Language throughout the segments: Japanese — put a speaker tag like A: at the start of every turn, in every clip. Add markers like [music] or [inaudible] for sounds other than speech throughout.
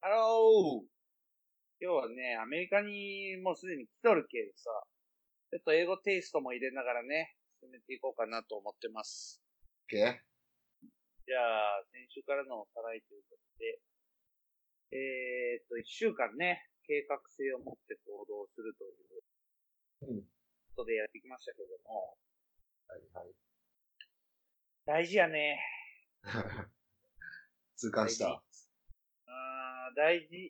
A: ハロー今日はね、アメリカにもうすでに来とるけどさ、ちょっと英語テイストも入れながらね、進めていこうかなと思ってます。
B: Okay.
A: じゃあ、先週からのおさらいということで、えー、っと、一週間ね、計画性を持って行動するという
B: うん。
A: ことでやってきましたけども、
B: はい
A: 大事やね。
B: はい。痛感した。
A: あー大事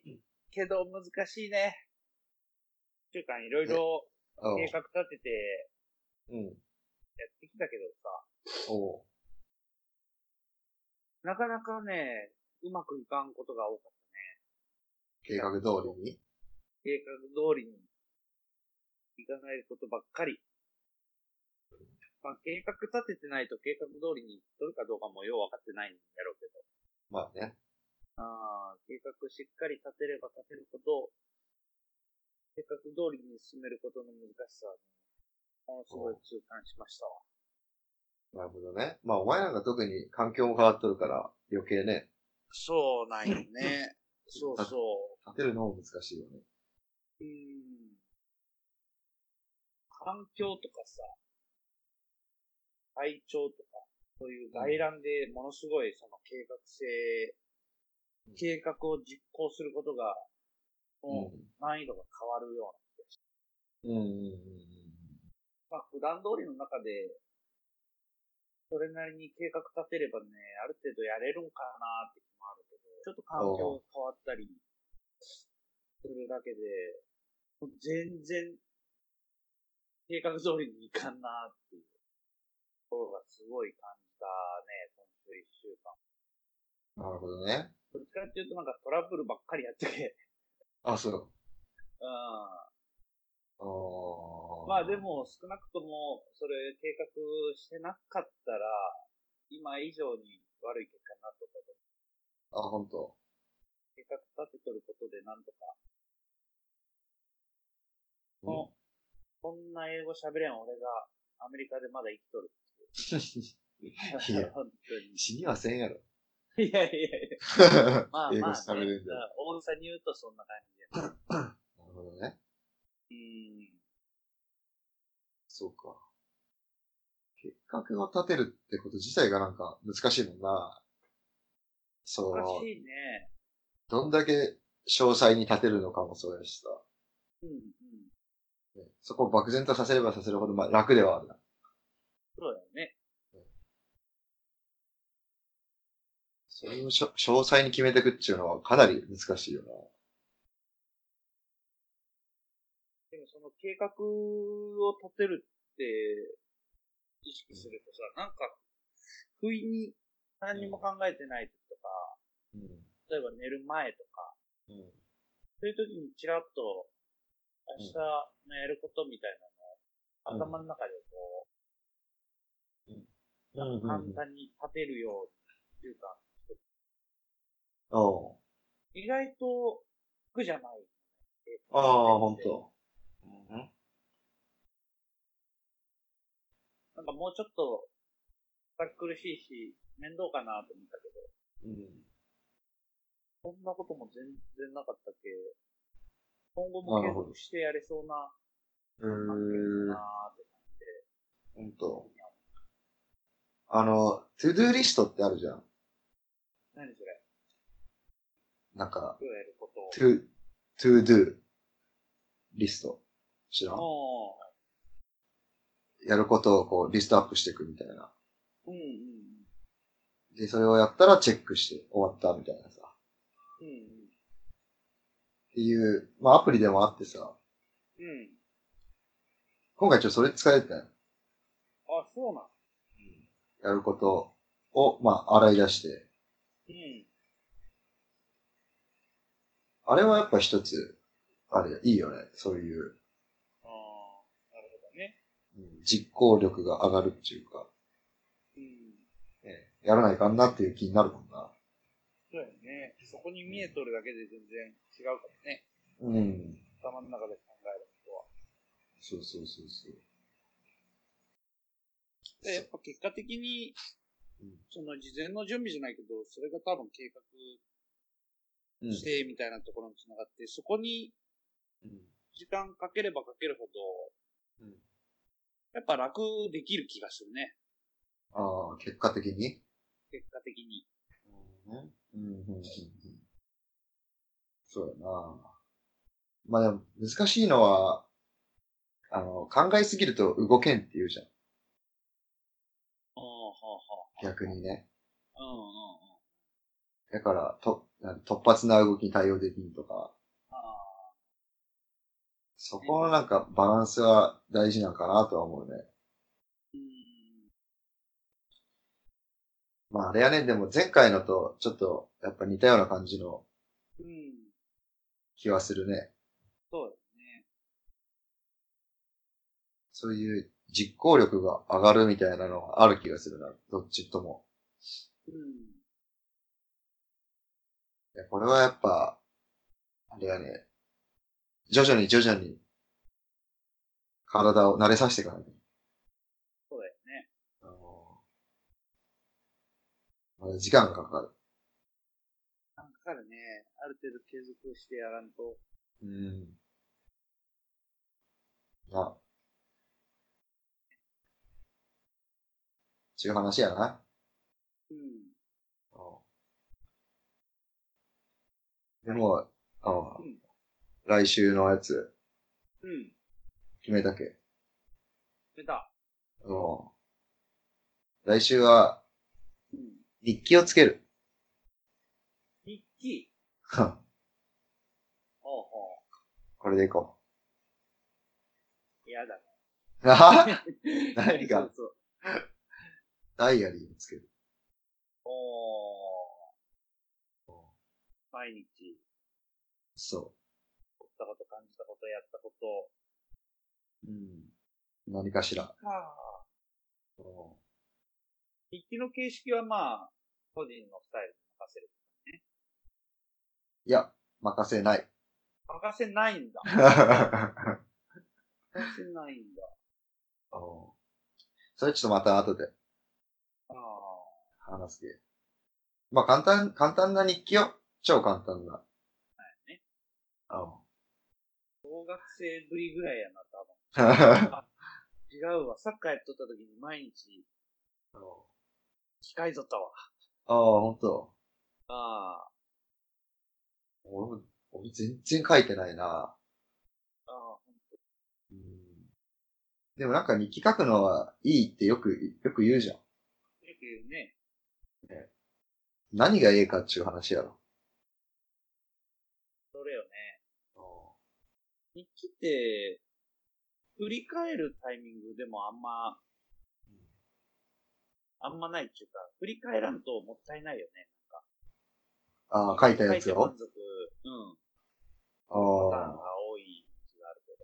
A: けど難しいね。一週間いろいろ
B: おう
A: 計画立てて
B: うん。
A: やってきたけどさ、
B: おう
A: なかなかね、うまくいかんことが多かった。
B: 計画通りに
A: 計画通りにいかないことばっかり。まあ、計画立ててないと計画通りにどれかどうかもよう分かってないんだろうけど。
B: まあね。
A: ああ、計画しっかり立てれば立てるほど、計画通りに進めることの難しさはね、ものすごい痛感しましたわ。
B: なるほどね。まあお前なんか特に環境も変わっとるから余計ね、
A: そうなんよ [laughs] ね。そうそう。
B: 立てるのも難しいよね。
A: うーん環境とかさ、体調とか、そういう外覧でものすごいその計画性、
B: うん
A: 計画を実行することが、もう難易度が変わるよ
B: う
A: う
B: ん。うん。うん
A: な。まあ普段通りの中で、それなりに計画立てればね、ある程度やれるんかなって気もあるけど、ちょっと環境が変わったりするだけで、もう全然計画通りにいかんなっていうところがすごい感じたね、今週一週間。
B: うんなるほどね。
A: どっちかっていうとなんかトラブルばっかりやってて、
B: あ、そう。
A: うん。
B: あー
A: まあで。も少なくともそれ計画してなかったら今以上に悪い結果になっとったと思う
B: あ、ほんと。 [laughs]
A: 計画立てとることでなんとか
B: うん
A: おこんな英語喋れん俺がアメリカでまだ生きとるっていう
B: いや
A: 本当に
B: 死にはせ
A: [laughs]
B: んやろ。
A: いやいやいやまあまあ、ね、
B: 英語喋れんだよ。
A: うん大げさに言うとそんな感じやな
B: なるほどね。
A: うん
B: そうか。計画を立てるってこと自体がなんか難しいもんな。そう。
A: 難しいね
B: どんだけ詳細に立てるのかもそうやしさ。
A: うんうん
B: ねそこを漠然とさせればさせるほど、まあ、楽ではあるな。
A: そうだよね
B: それをしょ詳細に決めていくっていうのはかなり難しいよ
A: でもその計画を立てるって意識するとさ、なんか、不意に何にも考えてない時とか、
B: な。
A: 例えば寝る前とか、
B: うん。うん。
A: そういう時にちらっと明日のやることみたいなのを、頭の中でこう、なんか簡単に立てるように、っていうか、
B: おう
A: 意外と苦じゃない。
B: ああ、ほんと。うん。
A: なんかもうちょっと、苦しいし、面倒かなと思ったけど、そんなことも全然なかったっけ。今後も継続してやれそうな、
B: うん。うーん。
A: なーって。
B: ほんと。あの、トゥドゥーリストってあるじゃん。
A: 何それ
B: なんか、
A: 今日やることを。
B: トゥ、トゥドゥ、リスト。知らん
A: お
B: やることをこう、リストアップしていくみたいな。
A: ーうんうん
B: で、それをやったらチェックして終わったみたいなさ。っ
A: うん。うん
B: ていう、まあアプリでもあってさ、
A: うん。うん。
B: 今回ちょっとそれ使えてたよ。
A: あ、そうなん。
B: やることを、まあ洗い出して。
A: うん。
B: あれはやっぱ一つ、あれ、いいよね。そういう、
A: あーなるほどね。
B: うん実行力が上がるっていうか、
A: うん。
B: ねやらないかんなっていう気になるもんな。
A: そうやね。そこに見えとるだけで全然違うからね。
B: うん。
A: 頭の中で考えることは。
B: そうそうそうそう。
A: でやっぱ結果的に
B: うん、
A: その事前の準備じゃないけど、それが多分計画
B: うん。
A: して、みたいなところにつながって、そこに
B: うん。
A: 時間かければかけるほど、
B: うん
A: やっぱ楽できる気がするね。
B: ああ、結果的に。
A: 結果的に。
B: うん。うん。うん。そうやな。まあでも、難しいのは、あの、考えすぎると動けんって言うじゃん。
A: ああ、は
B: 逆にね。
A: あ、はあ。うんうんうん。
B: だから、と、なん突発な動きに対応できんとか、
A: ああ、
B: そこのなんかバランスは大事なんかなとは思うね。
A: うん。
B: まああれやねん、でも前回のとちょっとやっぱ似たような感じの
A: うん。
B: 気はするね。
A: そうですね。
B: そういう実行力が上がるみたいなのはある気がするな、どっちとも。
A: うん。
B: いやこれはやっぱ、あれやね、徐々に徐々に体を慣れさせていかないと。
A: そうだよね。
B: あのまだ時間がかかる。
A: なんかからね、ある程度継続してやらんと。
B: うん。な。ちゅう話やな。
A: うん。
B: でも、あの
A: うん
B: 来週のやつ
A: うん。
B: 決めたけ。
A: 出た。
B: あの来週は
A: うん。
B: 日記をつける。
A: 日記。ほうほ
B: [laughs] これでいこ
A: う。嫌だね。
B: う。 [laughs] あはは何が
A: そうそう。
B: ダイアリーをつける。
A: おー。毎日、
B: そ
A: 撮ったこと、感じたこと、やったこと。
B: う。うん、何かしら。
A: はあ。
B: うん
A: 日記の形式はまあ、個人のスタイルに任せる。
B: いや、任せない。 [laughs]
A: 任せないんだ。
B: あ
A: 任せないんだ。
B: のそれちょっとまた後で
A: ああ。
B: 話すけ。まあ簡単、簡単な日記よ。超簡単な。はい
A: ね。小学生ぶりぐらいやな、多分。
B: あ
A: 違うわ。サッカーやっとった時に毎日、機械ぞったわ。
B: [laughs] ああ、ほんと。
A: あ
B: 俺も、俺全然書いてないな。
A: あ。ああ。
B: うんでもなんか日記書くのはいいってよく、よく言うじゃん。
A: よく言うね。
B: 何がええかっていう話やろ。
A: それよね。日記って、振り返るタイミングでもあんま、あんまないっていうか、振り返らんともったいないよね。
B: ああ、書いたやつ
A: 書いて満
B: よ。
A: 足、うん、パターン
B: ああ。
A: が多い気があるけど、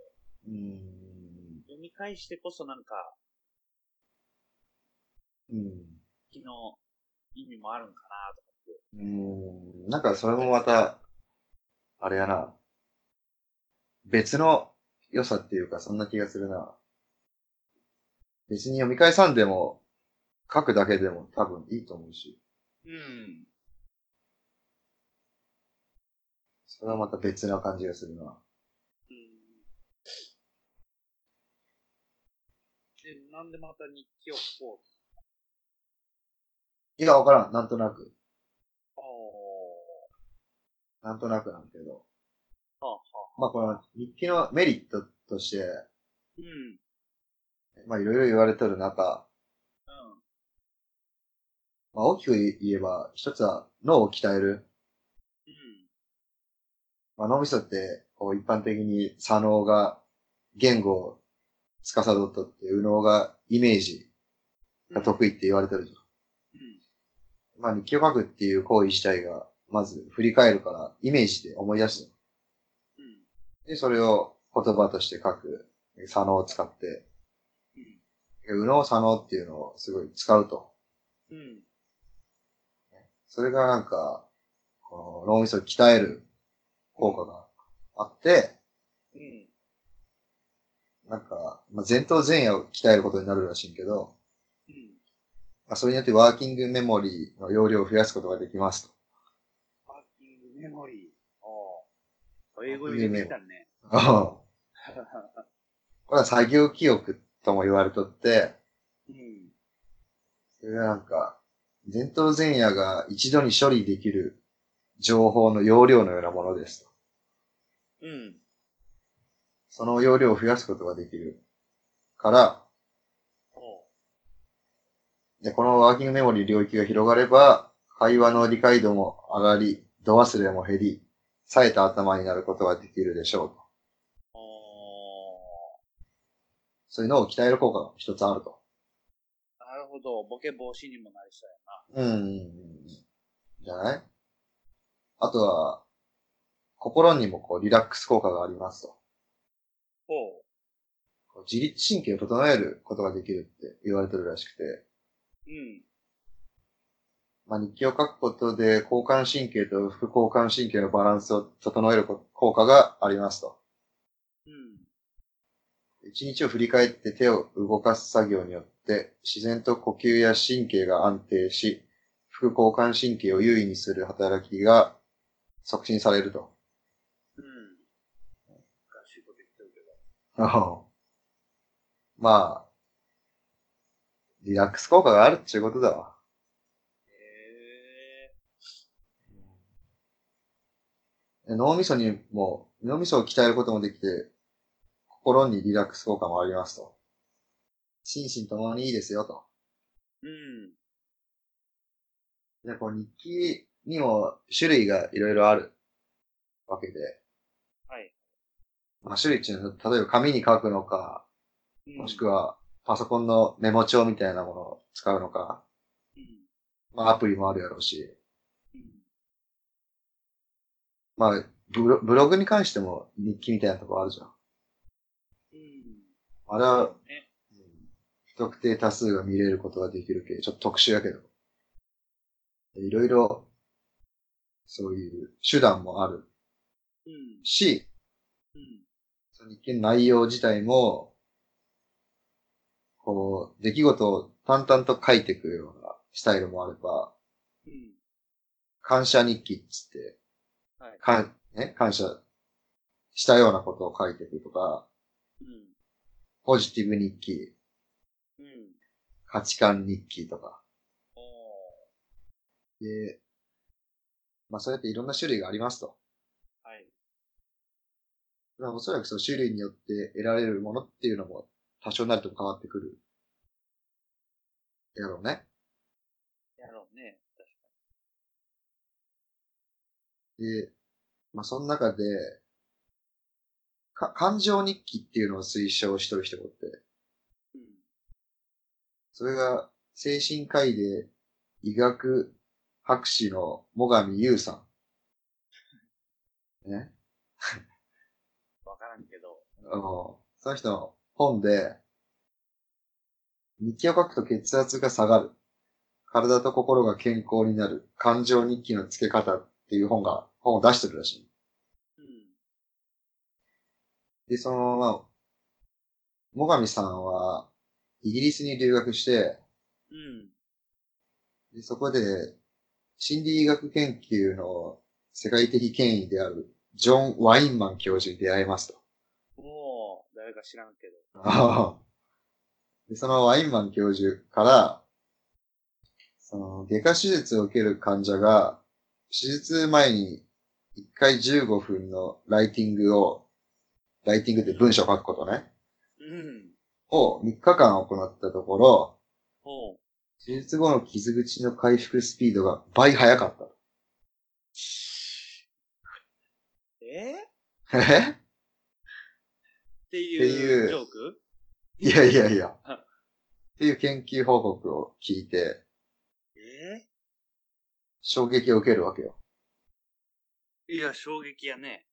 B: うん。
A: 読み返してこそなんか、
B: うん。
A: 気の意味もあるんかなとか。
B: うーん、なんかそれもまた、あれやな。別の良さっていうか、そんな気がするな。別に読み返さんでも、書くだけでも多分いいと思うし、
A: うん。
B: それはまた別な感じがするな。
A: うんで、なんでまた日記をこう。
B: いや、わからん。なんとなく。
A: お
B: なんとなくなんだけど。
A: はあは
B: まあこの日記のメリットとして、
A: ー。うん。
B: まあいろいろ言われとる中、
A: うん。
B: まあ大きく言えば、一つは脳を鍛える。
A: うん。
B: まあ、脳みそって、こう一般的に左脳が言語を司っとって、右脳がイメージが得意って言われてるじ
A: うん。
B: ゃん。まあ、日記を書くっていう行為自体が、まず振り返るから、イメージで思い出す
A: うん。
B: の。で、それを言葉として書く、左脳を使って、
A: うん
B: 右脳左脳っていうのをすごい使うと。
A: うん。
B: それがなんか、この脳みそを鍛える効果があって、
A: うん。
B: なんか、まあ、前頭前野を鍛えることになるらしいんけど、
A: うん。
B: まあ、それによってワーキングメモリーの容量を増やすことができますと。
A: パーキングメモリー。ああ。英語入れてきたね。
B: これは作業記憶とも言われとって、
A: うん。
B: それはなんか、前頭前野が一度に処理できる情報の容量のようなものですと。
A: うん。
B: その容量を増やすことができるから、
A: おう
B: で、このワーキングメモリー領域が広がれば、会話の理解度も上がり、度忘れも減り、冴えた頭になることができるでしょうと。
A: あ
B: そういうのを鍛える効果が一つあると。
A: あ。なるほど。ボケ防止にもなりそうや
B: うんうんうんうん。じゃないあとは、心にもこうリラックス効果がありますと。
A: な。ほう。
B: こう自律神経を整えることができるって言われてるらしくて、
A: うん。
B: まあ、日記を書くことで交感神経と副交感神経のバランスを整えるこ効果がありますと。
A: うん。
B: 一日を振り返って手を動かす作業によって、自然と呼吸や神経が安定し、副交感神経を優位にする働きが促進されると。
A: うん。おかしいこと言ってるけど。
B: まあ、リラックス効果があるっていうことだわ。
A: へえ。
B: 脳みそにも、脳みそを鍛えることもできて、心にリラックス効果もありますと。心身ともにいいですよと。
A: うん。
B: で、こう日記にも種類がいろいろあるわけで。
A: はい。
B: まあ種類っていうのは、例えば紙に書くの
A: う
B: か、
A: ん
B: もしくはパソコンのメモ帳みたいなものを使うのか、
A: うん。
B: まあアプリもあるやろうし、
A: うん。
B: まあブロブログに関しても日記みたいなとこあるじゃん。
A: うん。
B: あれは
A: そうね。
B: うん不特定多数が見れることができる系、ちょっと特殊やけど。いろいろ、そういう手段もある
A: うん。
B: し、
A: うん。
B: その日記の内容自体も、こう、出来事を淡々と書いていくようなスタイルもあれば、
A: うん。
B: 感謝日記っつって、
A: はい。
B: 感、ね、感謝したようなことを書いていくとか、
A: うん。
B: ポジティブ日記、
A: うん。
B: 価値観日記とか。
A: おお。
B: で、まあそうやっていろんな種類がありますと。
A: はい。
B: まあ、おそらくその種類によって得られるものっていうのも多少なりとも変わってくる。やろうね。
A: やろうね。確か
B: で、まあ、その中で、か、感情日記っていうのを推奨しとる人がおって、
A: に。うん。
B: それが精神科医で医学博士の最上優さん。ね。
A: わからんけど。
B: あの、その人の本で、日記を書くと血圧が下がる。体と心が健康になる。感情日記の付け方っていう本が、本を出してるらし
A: うん。
B: い。で、その、まあ、もがみさんは、イギリスに留学して、
A: うん。
B: でそこで、心理医学研究の世界的権威である、ジョン・ワインマン教授に出会いますと。
A: もう、誰か知らんけど。
B: ああ [laughs] で、そのワインマン教授から、その、外科手術を受ける患者が、手術前に1回15分のライティングを、ライティングって文章を書くことね、
A: うん。
B: を3日間行ったところ、
A: ほう。
B: 手術後の傷口の回復スピードが倍早かっ。
A: えー、った
B: え [laughs]
A: て
B: ってい
A: いううジョーク
B: いやいやいや。っていう研究報告を聞いて、
A: え
B: 衝撃を受けるわけよ。
A: ー、いや、衝撃やね。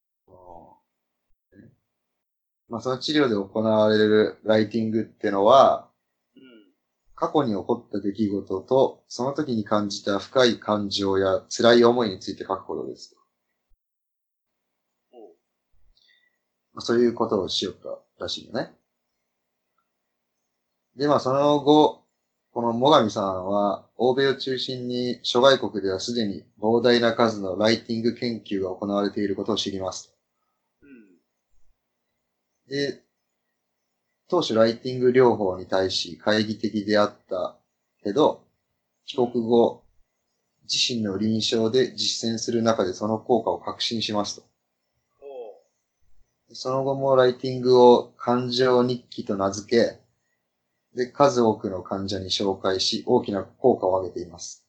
B: まあ、その治療で行われるライティングってのは、
A: うん。
B: 過去に起こった出来事と、その時に感じた深い感情や辛い思いについて書くことです。
A: ほう。
B: まあ、そういうことをしよったらしいよね。で、まあ、その後、この最上さんは、欧米を中心に諸外国ではすでに膨大な数のライティング研究が行われていることを知ります。
A: うん。
B: で、当初ライティング療法に対し懐疑的であったけど、帰国後、自身の臨床で実践する中でその効果を確信しますと。
A: おう。
B: その後もライティングを感情日記と名付け、で、数多くの患者に紹介し、大きな効果を上げています。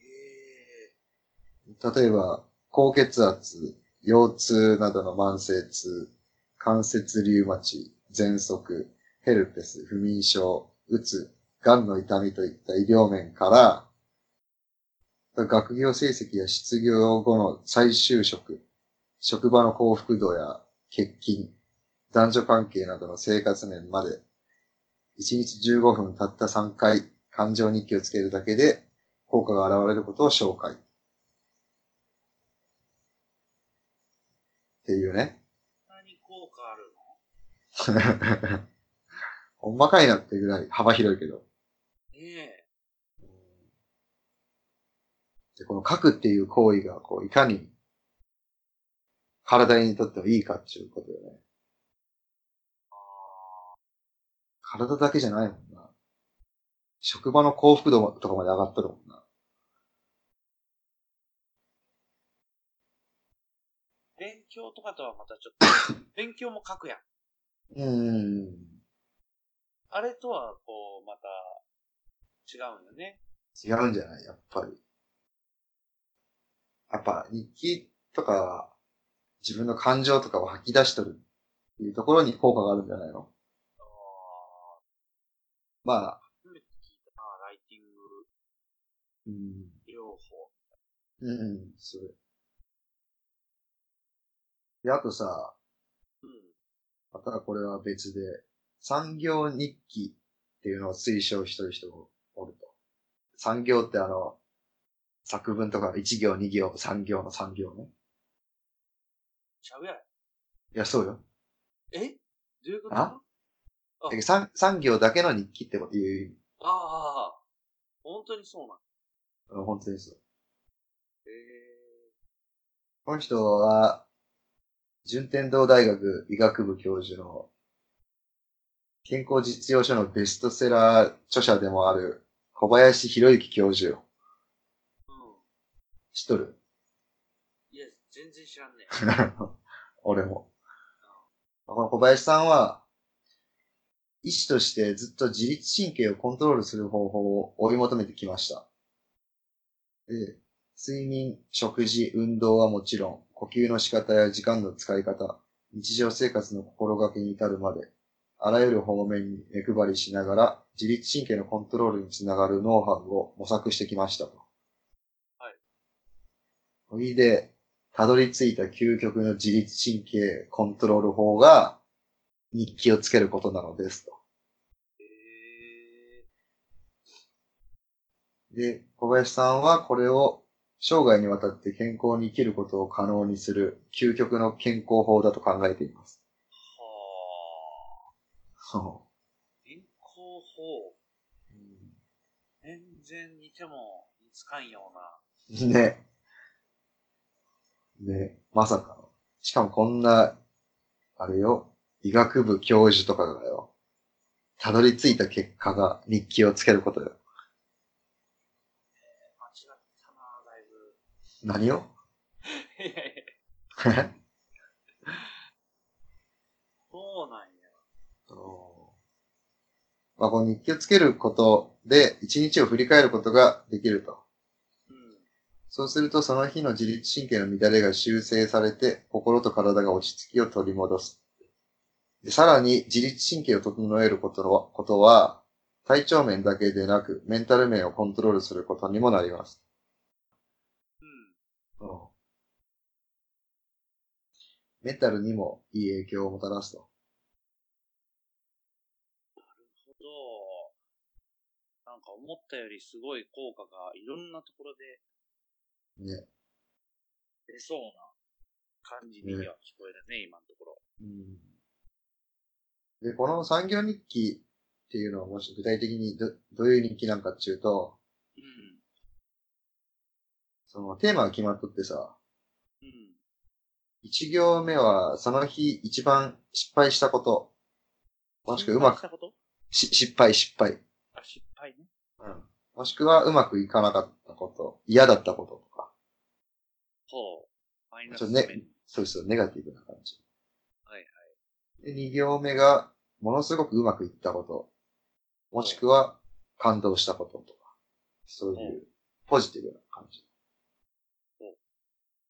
A: ええ
B: 例えば、高血圧、腰痛などの慢性痛、関節リウマチ、喘息、ヘルペス、不眠症、うつ、癌の痛みといった医療面から、学業成績や失業後の再就職、職場の幸福度や欠勤、男女関係などの生活面まで、1日15分たった3回、感情日記をつけるだけで効果が現れることを紹介。っていうね。
A: 何効果あるの
B: [laughs] ほんまかいなってぐらい幅広いけど。
A: ねえ。
B: で、この書くっていう行為が、こう、いかに、体にとってもいいかっていうことよね。体だけじゃないもんな。職場の幸福度とかまで上がっとるもんな。
A: 勉強とかとはまたちょっと、勉強も書くやん。
B: うん。
A: あれとは、こう、また、違うんよね。
B: 違うんじゃないやっぱり。やっぱ、日記とか、自分の感情とかを吐き出しとるっていうところに効果があるんじゃないの
A: ああ、
B: まあ、
A: 初めて聞いたな、ライティング
B: うん。
A: 療法。
B: うん、それ。で、あとさ、
A: うん。
B: またこれは別で、産業日記っていうのを推奨してる人もおると。産業ってあの、作文とか1行、2行、3行の3行ね。
A: ちゃうやん。
B: いや、そうよ。
A: えどういうこと
B: あ
A: あ
B: だけど産産業だけの日記ってこという意味
A: ああ、本当にそうなん。
B: うん本当にそう。
A: え
B: この人は、順天堂大学医学部教授の健康実用書のベストセラー著者でもある小林博之教授よ。
A: えうん。
B: 知っとる
A: いや、全然知らんね。
B: [laughs] 俺も。この小林さんは、医師としてずっと自律神経をコントロールする方法を追い求めてきました。で睡眠、食事、運動はもちろん、呼吸の仕方や時間の使い方、日常生活の心がけに至るまで、あらゆる方面に目配りしながら、自律神経のコントロールにつながるノウハウを模索してきましたと。
A: はい。
B: それで、たどり着いた究極の自律神経コントロール法が、日記をつけることなのですと。
A: ええ
B: で、小林さんはこれを生涯にわたって健康に生きることを可能にする究極の健康法だと考えています。
A: はあ。
B: そ
A: 健康法。
B: う
A: 全然似ても似つかんような。
B: ね。ね、まさかの。しかもこんな、あれよ、医学部教授とかがよ、たどり着いた結果が日記をつけることよ。
A: 間違ったな、だいぶ。
B: 何を
A: [laughs] いやいやそうなんや。
B: まあ、この日記をつけることで、一日を振り返ることができると。
A: うん。
B: そうすると、その日の自律神経の乱れが修正されて、心と体が落ち着きを取り戻す。でさらに、自律神経を整えることのことは、体調面だけでなく、メンタル面をコントロールすることにもなります。
A: うん。
B: メンタルにもいい影響をもたらすと。
A: ほど。なんか思ったよりすごい効果がいろんなところで
B: ね。
A: 出そうな感じには聞こえるね、今のところ。
B: で、この産業日記っていうのはもし具体的にどどういう人気なんかっていうと、
A: うん。
B: そのテーマが決まっとってさ、
A: うん。
B: 一行目はその日一番失敗したこと、もしくはうま
A: 失敗し
B: く、
A: たこと
B: し失敗失敗。
A: あ、失敗ね。
B: うん。もしくはうまくいかなかったこと、嫌だったこととか、
A: ほう。マイナ
B: ちょ
A: ス
B: っとね
A: 面。
B: そうそう、ネガティブな感じ。。
A: はいはい
B: で、二行目が、ものすごくうまくいったこと、もしくは感動したこととか、そういうポジティブな感じ
A: ほ。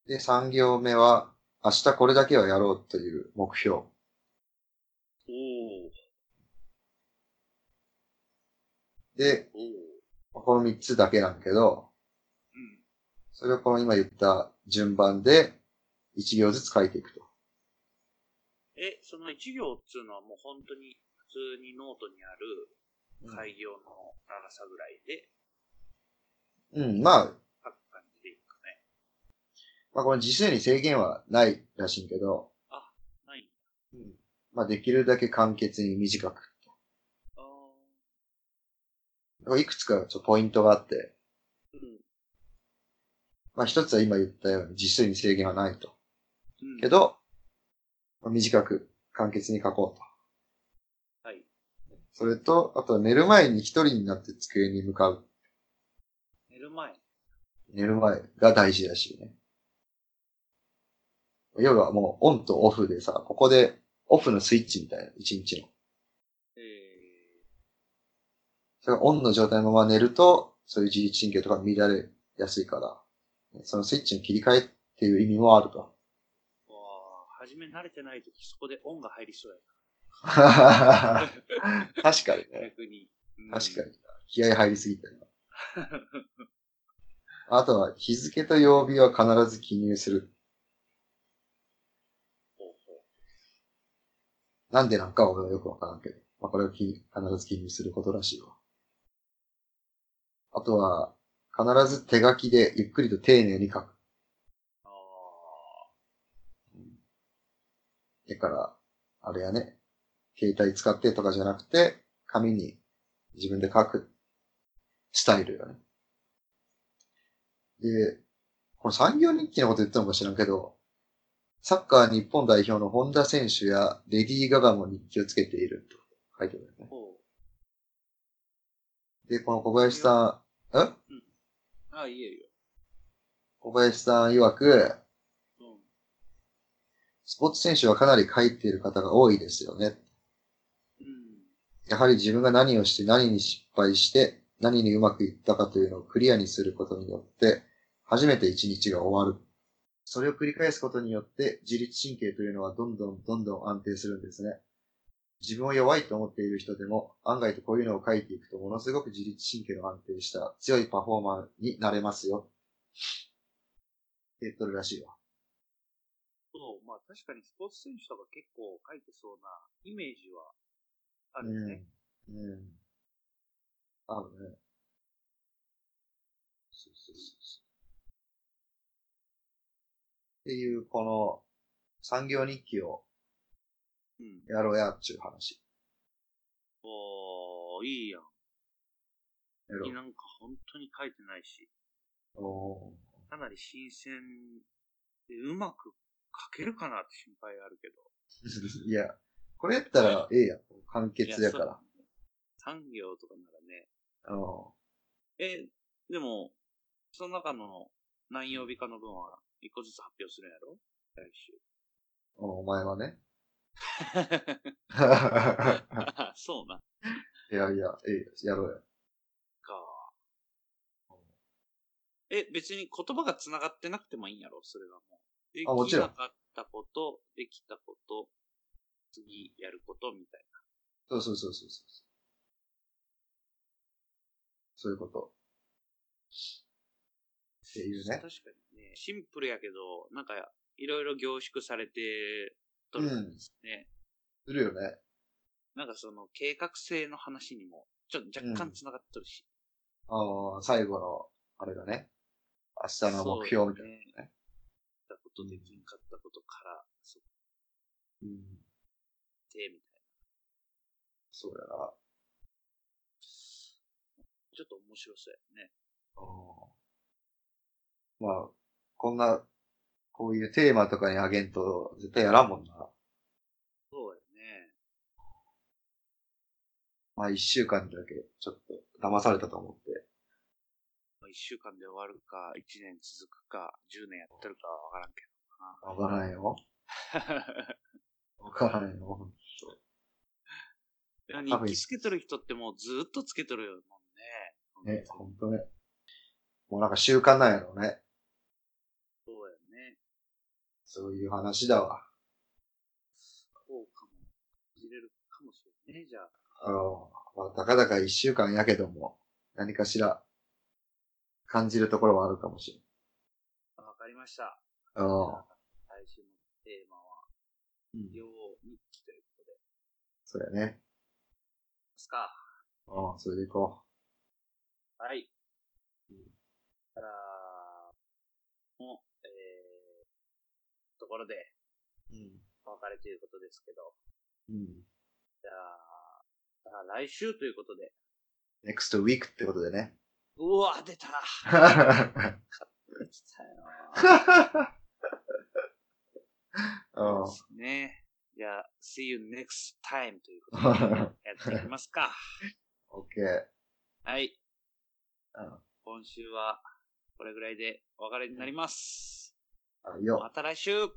B: で、三行目は、明日これだけはやろうという目標。
A: おー
B: で、
A: おー
B: この三つだけなんだけど、
A: うん。
B: それをこの今言った順番で、一行ずつ書いていくと。
A: え、その一行っつうのはもう本当に普通にノートにある開業の長さぐらいで
B: うん、まあ、
A: 書く感じでいくね。
B: まあこの字数に制限はないらしいけど、
A: ない。
B: まあできるだけ簡潔に短く。
A: あー
B: これいくつかちょっとポイントがあって、
A: うん。
B: まあ一つは今言ったように字数に制限はないと。
A: うん。
B: けど、まあ短く簡潔に書こうと。
A: はい。
B: それと、あとは寝る前に一人になって机に向かう。
A: 寝る前。
B: 寝る前が大事らしいね。夜はもうオンとオフでさ、ここでオフのスイッチみたいな、一日の。
A: え
B: それがオンの状態のまま寝ると、そういう自律神経とか乱れやすいから、そのスイッチの切り替えっていう意味もあると。
A: ー、わー、初め慣れてないときそこで音が入りそうや
B: [laughs] 確かに
A: な。
B: ね。
A: 逆に。うん
B: 確かに。。気合入りすぎたな。あとは、日付と曜日は必ず記入する。
A: ほうほ
B: なんでなんかは俺はよくわからんけど。まあ、これを記必ず記入することらしいわ。あとは、必ず手書きでゆっくりと丁寧に書く。
A: うあ
B: だから、あれやね、携帯使ってとかじゃなくて、紙に自分で書くスタイルよね。で、この産業日記のこと言ったのか知らんけど、サッカー日本代表の本田選手やレディー・ガガも日記をつけていると書いてあるよ
A: ー
B: ね。
A: ほ
B: で、この小林さん、え
A: う。ああ、いいえよ。
B: 小林さん曰く、
A: うん。
B: スポーツ選手はかなり書いている方が多いですよね。
A: うん。
B: やはり自分が何をして何に失敗して何にうまくいったかというのをクリアにすることによって初めて一日が終わる。それを繰り返すことによって自律神経というのはどんどんどんどん安定するんですね。自分を弱いと思っている人でも案外とこういうのを書いていくとものすごく自律神経の安定した強いパフォーマーになれますよ。って言っとるらしいわ。
A: そう、まあ確かにスポーツ選手とか結構書いてそうなイメージはあるよね。
B: うん。うん。あるね。そうそうそうそう。っていう、この、産業日記を
A: うん。
B: やろうやっちゅう話。
A: おー、いいやん。
B: やろ
A: なんか本当に書いてないし、
B: う。お
A: かなり新鮮で、うまく書けるかなって心配あるけど。
B: ーいや、これやったらええやん。簡潔やか
A: い
B: ら。。
A: そう産業とかならね。
B: あの
A: え、でも、その中の何曜日かの分は一個ずつ発表するんやろ来週。
B: お前はね。 [laughs]
A: [laughs] そうなん
B: いやいや、ええや、やろうや。
A: か。え、別に言葉が繋がってなくてもいいんやろそれはもう。で
B: あもち
A: き
B: ろん
A: なかったこと、できたこと、次やることみたい
B: そうそうそうそうそう。そういうこと。っていう
A: な。
B: ね。
A: 確かにね。シンプルやけど、なんか、いろいろ凝縮されて、と
B: う
A: るん
B: ん
A: ですね。
B: するよね。
A: なんかその、計画性の話にも、ちょっと若
B: う
A: 干
B: ん
A: 繋がっとるし。
B: ああ、最後の、あれだね。明日の目標みたいな。
A: いな。ね、やったことできんかったことから、そっ
B: うん、
A: て、みたい
B: そうやな。
A: ちょっと面白そうやね。
B: うんまあ、こんな、こういうテーマとかにあげんと、絶対やらんもんな。
A: そうやね。
B: まあ、一週間だけ、ちょっと、騙されたと思って。
A: まあ一週間で終わるか、一年続くか、十年やってるかはわからんけ
B: わからんよ。 [laughs] わからんよ。
A: ど。
B: 多分
A: 日記つけとる人ってもうずっとつけとるよもんね。
B: ね、ほんとね。もうなんか習慣なんやろね。
A: そうやね。
B: そういう話だわ。
A: こうかも。いじれるかもしれないね、じゃあ。
B: あの、まあ、たかだか一週間やけども、何かしら、感じるところはあるかもし
A: わかりました。
B: れん。うん。
A: 最終のテーマは、
B: うん
A: 両日記ということで。
B: そうや
A: ま
B: ね。
A: すか。
B: うん、それでいこ
A: はい。
B: うん
A: から、もう、えー、ところで、
B: う。うん。
A: お別れということですけど、
B: うん。
A: じゃあ、じゃあ来週ということで。
B: next week ってことで [laughs] ね。
A: うわ、出た出たよ
B: うん。
A: ねじゃあ、see you next time ということで、やっていきます
B: [laughs]
A: か。
B: オッケー。
A: はい。
B: うん
A: 今週は、これぐらいでお別れになります。
B: あるよ。
A: また来週